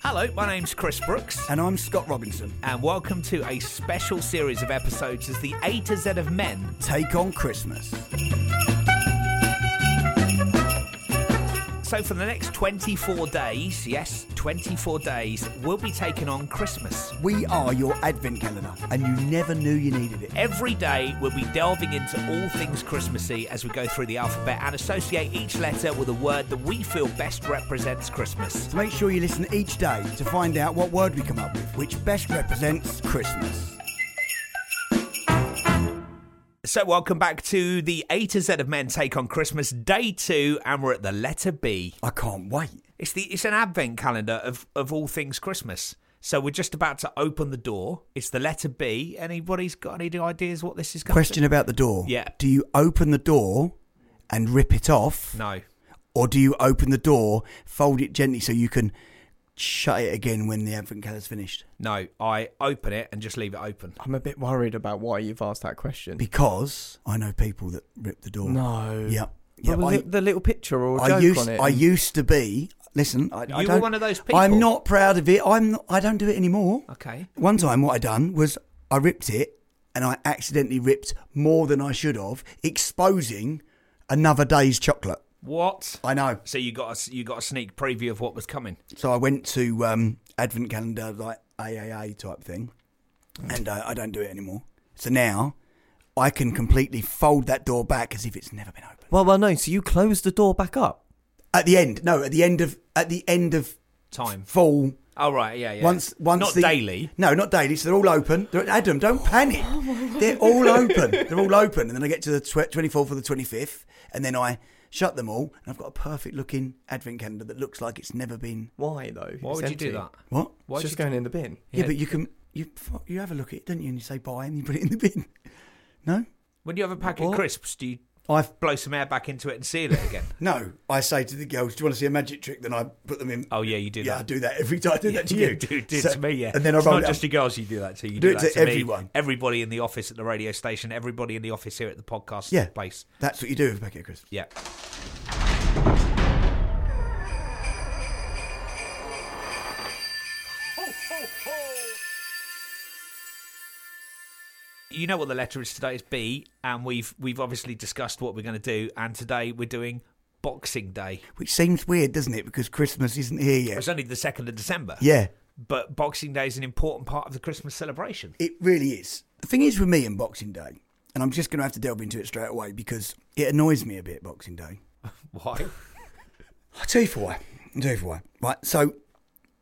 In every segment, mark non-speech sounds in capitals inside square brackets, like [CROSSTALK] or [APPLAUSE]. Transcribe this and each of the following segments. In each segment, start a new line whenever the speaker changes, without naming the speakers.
Hello, my name's Chris Brooks,
And I'm Scott Robinson.
and welcome to a special series of episodes as the A to Z of Men.
Take on Christmas.
So, for the next 24 days, yes, 24 days, we'll be taking on Christmas.
We are your advent calendar, and you never knew you needed it.
Every day, we'll be delving into all things Christmassy as we go through the alphabet and associate each letter with a word that we feel best represents Christmas.
So make sure you listen each day to find out what word we come up with, which best represents Christmas.
So, welcome back to the A to Z of Men Take on Christmas, day two, and we're at the letter B.
I can't wait.
It's the it's an advent calendar of of all things Christmas. So we're just about to open the door. It's the letter B. Anybody's got any ideas what this is going
Question about the door.
Yeah.
Do you open the door and rip it off,
to No.
or do you open the door, fold it gently so you can shut it again when the advent calendar's finished?
No, I open it and just leave it open.
I'm a bit worried about why you've asked that question.
Because I know people that rip the door.
no.
Yep.
But
Yep.
was
I-
it the little picture or a
I
joke
used
on it?
I used to be. Listen, I, I
You were
don't,
one of those people.
I'm not proud of it. I'm not, I don't do it anymore.
Okay.
One time, what I done was I ripped it, and I accidentally ripped more than I should have, exposing another day's chocolate.
What?
I know.
So you got a, s- you got a sneak preview of what was coming.
So I went to um, advent calendar like AAA type thing, and uh, I don't do it anymore. So now I can completely fold that door back as if it's never been open.
well, well, no. So you closed the door back up.
At the end, no, at the end of at the end of
Time.
full
Oh right, yeah, yeah.
Once, once
not
the-
daily.
No, not daily. So they're all open. They're, Adam, don't panic. they're all open. They're all open. And then I get to the tw- 24th or the 25th, and then I shut them all, and I've got a perfect looking advent calendar that looks like it's never been.
Why though?
Why
It's
would you do
empty.
that?
What?
Why would
it's just
you
going in the bin.
Yeah,
Yeah.
but you can you f- you have a look at it, don't you? And you say bye, and you put it in the bin. [LAUGHS] No,
When you have a packet of
What?
crisps, do you
I've
blow some air back into it and seal it again?
no. I say to the girls, "Do you want to see a magic trick?" Then I put them in.
oh yeah, you do
[LAUGHS] yeah, I
that.
do that every time. I do that
[LAUGHS]
to
Yeah,
you.
do, do
So-
to me, yeah.
And then I
it's
roll
not
it up.
just to girls you do that to. You
Do
do,
it
that
to
me.
everyone.
Everybody in the office at the radio station, everybody in the office here at the podcast
Yeah.
place.
That's what you do with a packet of crisps.
Yeah. You know what the letter is today? It's B, and we've we've obviously discussed what we're going to do, and today we're doing Boxing Day.
Which seems weird, doesn't it? Because Christmas isn't here yet.
It's only the second of December.
Yeah,
but Boxing Day is an important part of the Christmas celebration.
it really is. The thing is with me and Boxing Day, and I'm just going to have to delve into it straight away because it annoys me a bit, Boxing Day. [LAUGHS]
Why?
I'll tell you for why. I'll tell you for why. Right, so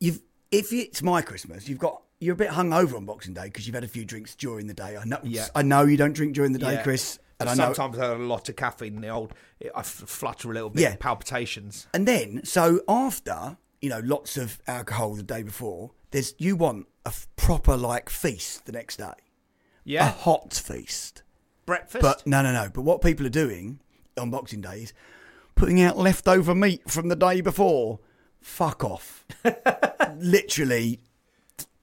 you've if it's my Christmas, you've got you're a bit hungover on Boxing Day because you've had a few drinks during the day. I know.
Yeah.
I know you don't drink during the day, Chris, and I know.
sometimes I have a lot of caffeine. The old, I f- flutter a little bit.
Yeah. Oh,
palpitations.
And then, so after you know, lots of alcohol the day before. There's you want a f- proper like feast the next day, a
Yeah,
hot feast.
breakfast.
But no, no, no. But what people are doing on Boxing Day is putting out leftover meat from the day before.
[LAUGHS]
Fuck off. Literally,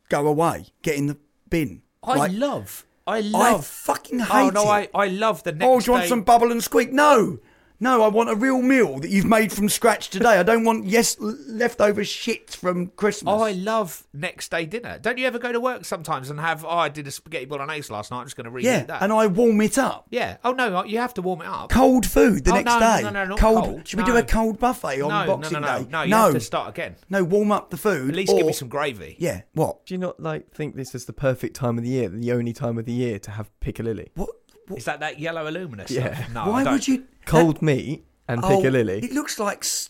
go away. Get in the bin.
I
Like,
love, I
I
love.
fucking hate
oh no,
it.
I, I love the next.
oh, do you want
day-
some bubble and squeak? No. No, I want a real meal that you've made from scratch today. I don't want yes l- leftover shit from Christmas.
Oh, I love next day dinner. Don't you ever go to work sometimes and have? Oh, I did a spaghetti bolognese last night. I'm just going to reheat
yeah,
that.
and I warm it up.
yeah. Oh no, you have to warm it up.
Cold food the
Oh,
next
no,
day.
no, no, not cold.
Should we
No.
do a cold buffet on
no,
Boxing
no, no, no,
Day?
no. You have to start again.
No, warm up the food.
At least
or,
give me some gravy.
Yeah. What?
Do you not like think this is the perfect time of the year, the only time of the year to have piccalilli?
What? what
Is that that yellow alumina
Yeah.
stuff? No, I
why
don't.
would you?
[LAUGHS] Cold [LAUGHS] meat and
that- oh,
piccalilli.
It looks like s-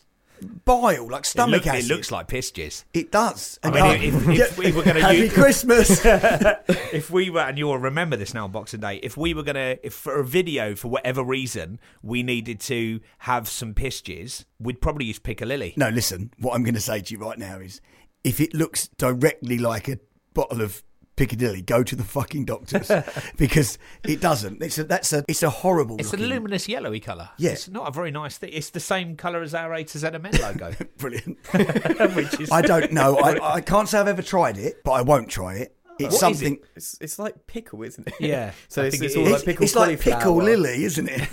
bile, like
It,
stomach
look, it
acid.
looks like piss jizz.
It does. And
mean, if- if- if we were gonna
Happy
use- [LAUGHS]
Christmas.
if we were, and you'll remember this now on Boxing Day, if we were gonna, if for a video for whatever reason we needed to have some pistures, we'd probably use Piccalilli.
no, listen. What I'm going to say to you right now is, if it looks directly like a bottle of Piccadilly, go to the
[LAUGHS]
fucking doctors because it doesn't. It's a, that's a it's a horrible.
It's
looking,
a luminous yellowy colour.
Yeah.
It's not a very nice thing. It's the same colour as our A to Z Men
[LAUGHS]
logo.
brilliant.
[LAUGHS] which is,
I don't
[LAUGHS]
know. I, I can't say I've ever tried it, but I won't try it. It's
What is
something.
It's, it's like pickle, isn't it?
Yeah,
[LAUGHS] so
I
it's,
think
it's
it
all
is.
like
It's,
pickle
it's like pickle
cauliflower.
lily, isn't it?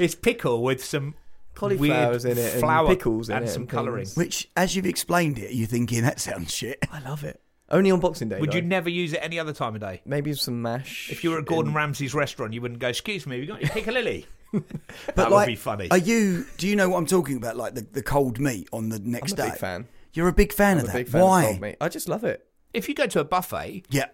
it's pickle with some
cauliflowers
weird
in it,
flour
and pickles in
and
it,
some
things.
colouring.
[LAUGHS] Which, as you've explained it, you're thinking that sounds shit.
I love it. Only on Boxing Day.
Would you
though.
never use it any other time of day?
Maybe some mash.
If you were at Gordon
in-
Ramsay's restaurant, you wouldn't go, "Excuse me, we got your
[LAUGHS]
piccalilli."
But
that
like,
would be funny.
Are you? Do you know what I'm talking about? Like the, the cold meat on the
I'm
next
a
day.
big fan.
You're a big fan
I'm
of
a
that.
big fan.
Why?
Of cold meat. I just love it.
if you go to a buffet,
Yeah,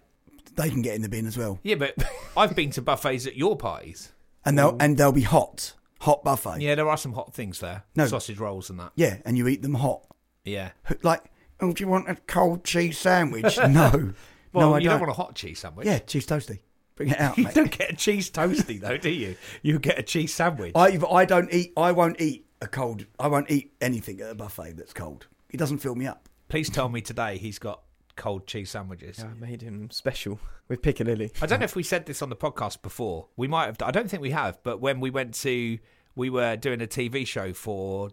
they can get in the bin as well,
yeah, but [LAUGHS] I've been to buffets at your parties.
and they'll and they'll be hot, hot buffet.
Yeah, there are some hot things there,
No.
sausage rolls and that.
Yeah, and you eat them hot.
Yeah.
Like, oh, do you want a cold cheese sandwich? [LAUGHS] no,
Well,
no, I
you don't. want a hot cheese sandwich.
Yeah, cheese toasty. Bring it out,
[LAUGHS] You
mate.
don't get a cheese toasty though, do you? You get a cheese sandwich.
I I don't eat. I won't eat a cold. I won't eat anything at a buffet that's cold. It doesn't fill me up.
Please tell me today he's got cold cheese sandwiches.
I made him special [LAUGHS] with Piccadilly.
I don't know if we said this on the podcast before. We might have. I don't think we have. But when we went to, we were doing a TV show for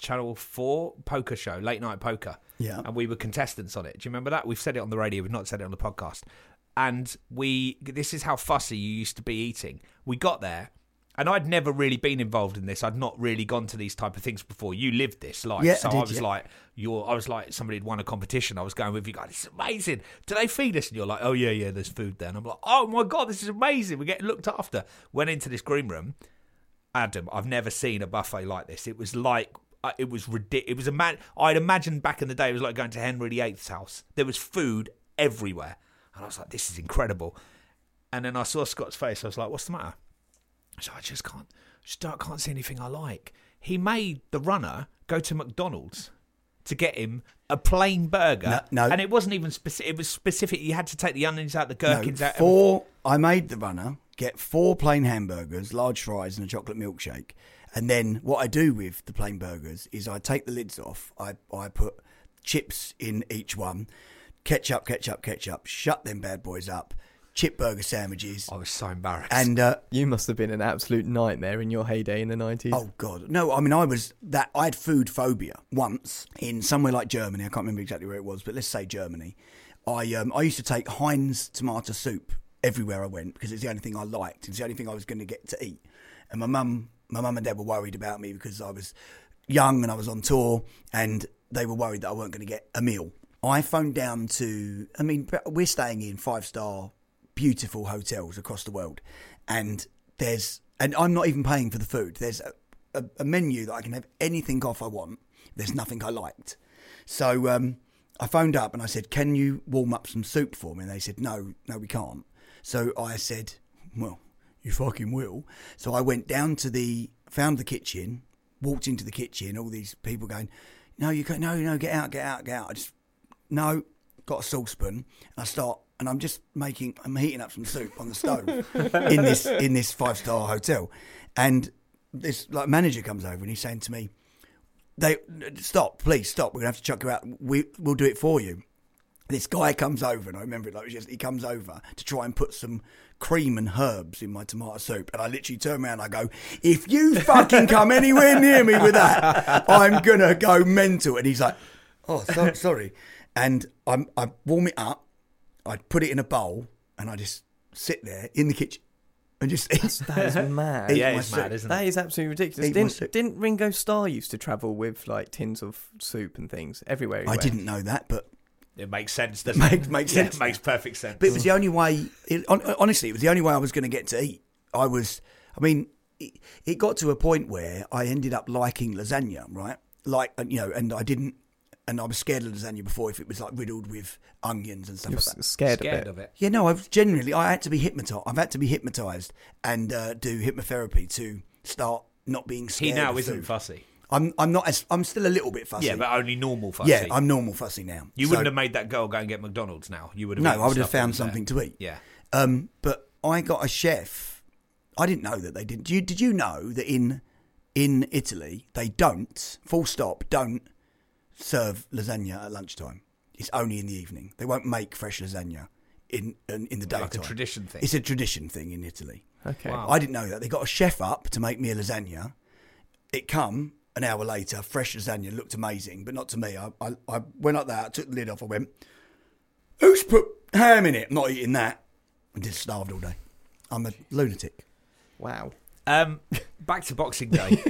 Channel Four poker show, late night poker.
Yeah.
and we were contestants on it. Do you remember that? We've said it on the radio. We've not said it on the podcast. And we, this is how fussy you used to be eating. We got there. And I'd never really been involved in this. I'd not really gone to these type of things before. You lived this life,
Yeah, I
so
did,
was
yeah.
like, "You're." I was like, somebody had won a competition. I was going with you guys. It's amazing. Do they feed us? And you're like, "Oh yeah, yeah. There's food there." And I'm like, "Oh my god, this is amazing. We're getting looked after." Went into this green room, Adam, I've never seen a buffet like this. It was like uh, it was ridiculous. It was a man. I'd imagined back in the day it was like going to Henry VIII's house. There was food everywhere, and I was like, "This is incredible." And then I saw Scott's face. I was like, "What's the matter?" So I just can't, just don't, can't see anything I like. He made the runner go to McDonald's to get him a plain burger.
No, no.
and it wasn't even specific. It was specific. You had to take the onions out, the
No,
gherkins out.
four. I made the runner get four plain hamburgers, large fries, and a chocolate milkshake. And then what I do with the plain burgers is I take the lids off. I I put chips in each one, ketchup, ketchup, ketchup. Shut them bad boys up. Chip burger sandwiches.
I was so embarrassed.
And uh,
You must have been an absolute nightmare in your heyday in the 90s.
Oh God, no! I mean, I was that I had food phobia once in somewhere like Germany. I can't remember exactly where it was, but let's say Germany. I um, I used to take Heinz tomato soup everywhere I went because it's the only thing I liked. It's the only thing I was going to get to eat. And my mum, my mum and dad were worried about me because I was young and I was on tour, and they were worried that I weren't going to get a meal. I phoned down to, I mean, we're staying in five star beautiful hotels across the world, and there's and I'm not even paying for the food. There's a, a, a menu that I can have anything off I want. There's nothing I liked, so um, I phoned up and I said, "Can you warm up some soup for me?" And they said, "No, no, we can't." So I said, "Well, you fucking will." So I went down to the found the kitchen, walked into the kitchen, all these people going, "No, you can't! No, no, get out, get out, get out!" I just no, got a saucepan. And I start, and I'm just making, I'm heating up some soup on the stove in this in this five star hotel, and this like manager comes over and he's saying to me, "They stop, please stop. We're gonna have to chuck you out. We we'll do it for you." This guy comes over, and I remember it like it was just, he comes over to try and put some cream and herbs in my tomato soup. And I literally turn around and I go, If you fucking come anywhere near me with that, I'm going to go mental. And he's like, Oh, so, sorry. And I'm, I warm it up, I'd put it in a bowl, and I just sit there in the kitchen and just eat.
That [LAUGHS] is mad.
[LAUGHS]
Eat
yeah,
my
it's
soup.
mad, isn't it?
That is absolutely ridiculous.
Eat my
Didn't,
soup.
didn't Ringo Starr used to travel with like tins of soup and things everywhere? he
I
went?
didn't know that, but
It makes sense. Doesn't
Make-
it?
makes
Yeah,
sense.
It makes perfect sense.
But it was the only way. It, hon- honestly, it was the only way I was going to get to eat. I was. I mean, it, it got to a point where I ended up liking lasagna, right? Like, and, you know, and I didn't. And I was scared of lasagna before if it was like riddled with onions and stuff
You're
like that.
s- scared,
scared of
of it.
it.
Yeah, no, I've generally I had to be hypnotized. I've had to be hypnotized and uh, do hypnotherapy to start not being
He
scared.
now
of
isn't
food.
fussy.
I'm I'm not as I'm still a little bit fussy.
Yeah, but only normal fussy.
yeah, I'm normal fussy now.
you
So-
wouldn't have made that girl go and get McDonald's now. You would have.
No,
eaten
I would have
stuff that
found
was there.
something to eat.
Yeah.
Um, but I got a chef. I didn't know that they didn't. Do you, did you know that in in Italy they don't full stop don't serve lasagna at lunchtime. It's only in the evening. They won't make fresh lasagna in in, in the daytime.
Like a tradition thing.
It's a tradition thing in Italy.
Okay.
Wow.
I didn't know that. They got a chef up to make me a lasagna. It come an hour later, fresh lasagna looked amazing, but not to me. I, I, I went like that, took the lid off, I went, Who's put ham in it? I'm not eating that. And just starved all day. I'm a lunatic.
Wow.
[LAUGHS]
Um, back to Boxing Day.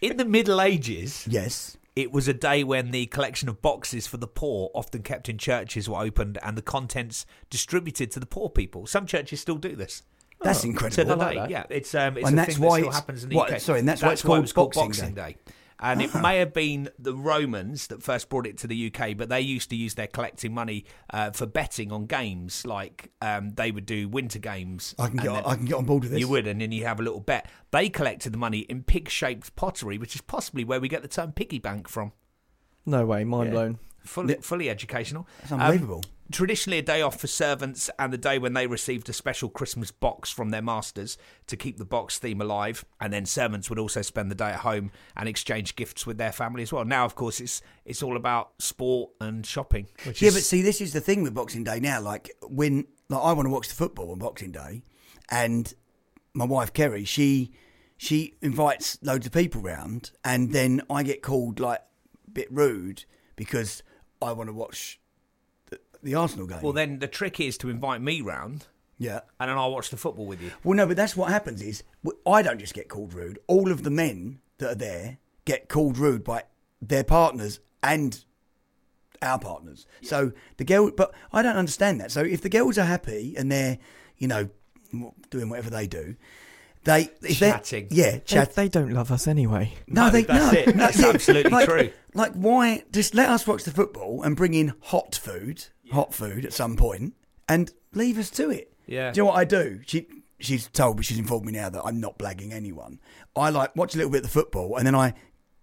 In the Middle Ages,
Yes.
it was a day when the collection of boxes for the poor, often kept in churches, were opened and the contents distributed to the poor people. Some churches still do this.
That's
to
incredible.
the
I like
day.
that.
Yeah, it's um, it's
And
a
that's
thing
why
that still
it's-
happens in the
what-
UK.
sorry, and that's why it's
it
called
was called
Boxing
Boxing Day. And it may have been the Romans that first brought it to the UK, but they used to use their collecting money uh, for betting on games. Like um, they would do winter games.
I can
and
get
then
I can get on board with this.
You would, and then you have a little bet. They collected the money in pig-shaped pottery, which is possibly where we get the term piggy bank from.
No way, mind
Yeah.
blown.
Fully, fully educational.
That's
Um,
unbelievable.
Traditionally, a day off for servants and the day when they received a special Christmas box from their masters to keep the box theme alive. And then servants would also spend the day at home and exchange gifts with their family as well. Now, of course, it's it's all about sport and shopping, which
yeah,
is
but see, this is the thing with Boxing Day now. Like when, like I want to watch the football on Boxing Day, and my wife Kerry, she she invites loads of people round, and then I get called like a bit rude because I want to watch the, the Arsenal game.
well. Then the trick is to invite me round,
yeah.
and then I'll watch the football with you.
Well, no, but that's what happens is w- I don't just get called rude. All of the men that are there get called rude by their partners and our partners. So the girl, but I don't understand that. So if the girls are happy and they're, you know, w- doing whatever they do, they if they're-
Chatting.
yeah,
They,
chat.
they don't love us anyway.
no, they
that's
no,
it.
no,
That's absolutely
like,
true.
Like, why just let us watch the football and bring in hot food, hot food at some point, and leave us to it.
Yeah.
Do you know what I do? She she's told me she's informed me now that I'm not blagging anyone. I like watch a little bit of the football and then I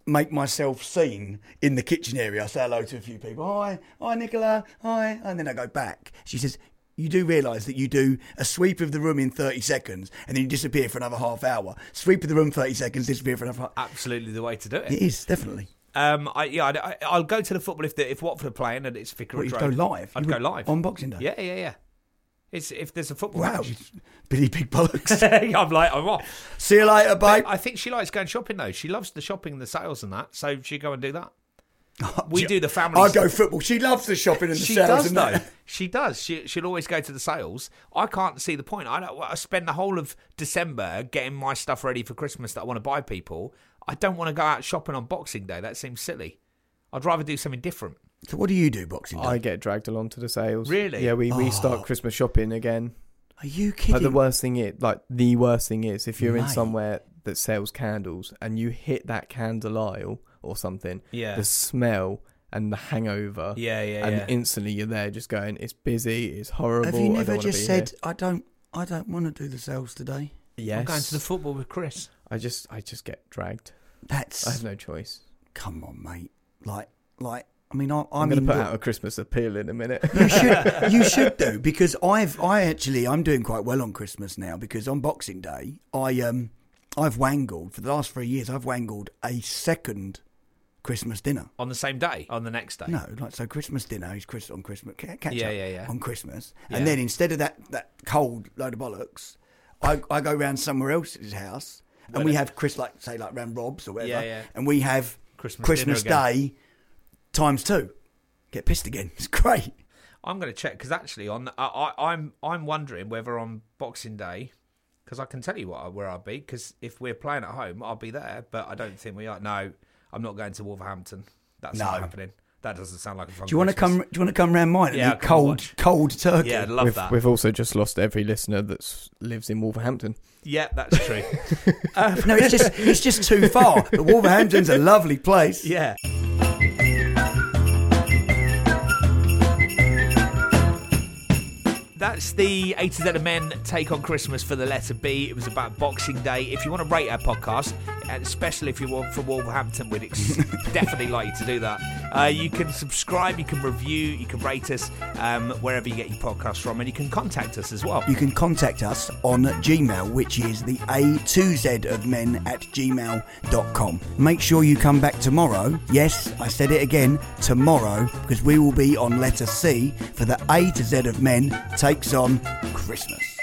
make myself seen in the kitchen area. I say hello to a few people. Hi, hi Nicola, hi, and then I go back. She says. You do realise that you do a sweep of the room in 30 seconds and then you disappear for another half hour. Sweep of the room 30 seconds, disappear for another half
Absolutely, the way to do it.
It is, definitely.
Um, I yeah, I'd, I- I'll go to the football if the, if Watford are playing and it's
But
Vicarage
you
Road.
go live.
I'd
You
go
would-
live
on Boxing Day.
Yeah, yeah, yeah. It's if there's a football
Wow,
match. [LAUGHS]
Billy Big Bollocks.
I'm like, I'm off.
See you later, babe.
I think she likes going shopping though. She loves the shopping and the sales and that, so she go and do
[LAUGHS]
that. We do the family.
I go football. She loves the shopping and the
She
sales
does
and
though.
that.
She does. She she'll always go to the sales. I can't see the point. I don't. I spend the whole of December getting my stuff ready for Christmas that I want to buy people. I don't want to go out shopping on Boxing Day. That seems silly. I'd rather do something different.
So what do you do Boxing Day?
I get dragged along to the sales.
Really?
Yeah, we, we start
Oh.
Christmas shopping again.
Are you
But the
kidding?
worst thing is, like the worst thing is, if you're in
Mate.
somewhere that sells candles and you hit that candle aisle or something,
Yeah.
the smell and the hangover,
Yeah, yeah,
and
yeah.
instantly you're there just going, it's busy, it's horrible.
Have you
I
never
don't wanna
just
be
said I don't? I don't want to do the sales today.
here." yes?
I'm going to the football with Chris.
I just, I just get dragged. I
That's
have no choice.
come on, mate. Like, like. I mean, I, I
I'm,
mean,
going to put
look,
out a Christmas appeal in
[LAUGHS]
a minute.
you should you should do because I've I actually I'm doing quite well on Christmas now because on Boxing Day I um I've wangled for the last three years I've wangled a second Christmas dinner.
on the same day, on the next day.
No, like so Christmas dinner is Chris on Christmas ca- catch
Yeah,
up
yeah, yeah.
on Christmas,
Yeah.
and then instead of that that cold load of bollocks, I I go round somewhere else's house and we have Chris like say like round Rob's or whatever,
Yeah, yeah.
and we have
Christmas
Christmas
dinner again.
Day times two. Get pissed again. [LAUGHS] It's great.
I'm going to check because actually, on I, I, I'm I'm wondering whether on Boxing Day, because I can tell you what I- where I'll be. Because if we're playing at home, I'll be there. But I don't think we are. No, I'm not going to Wolverhampton. That's
No.
not happening. That doesn't sound like a fun.
Do you want to come?
Christmas.
Do you want to come round mine?
Yeah,
Yeah,
I'll come
cold
watch.
cold turkey.
Yeah, I'd love
we've,
that.
we've also just lost every listener that lives in Wolverhampton.
Yeah, that's true.
no, it's just it's just too
[LAUGHS]
far. But Wolverhampton's a lovely place.
yeah. That's the A to Z of Men take on Christmas for the letter B. It was about Boxing Day. If you want to rate our podcast, and especially if you want from Wolverhampton, we'd ex- definitely like you to do that. Uh, you can subscribe, you can review, you can rate us um, wherever you get your podcast from, and you can contact us as well.
You can contact us on Gmail, which is the A2Z of men at gmail.com. Make sure you come back tomorrow. Yes, I said it again, tomorrow, because we will be on letter C for the A to Z of men takes on Christmas.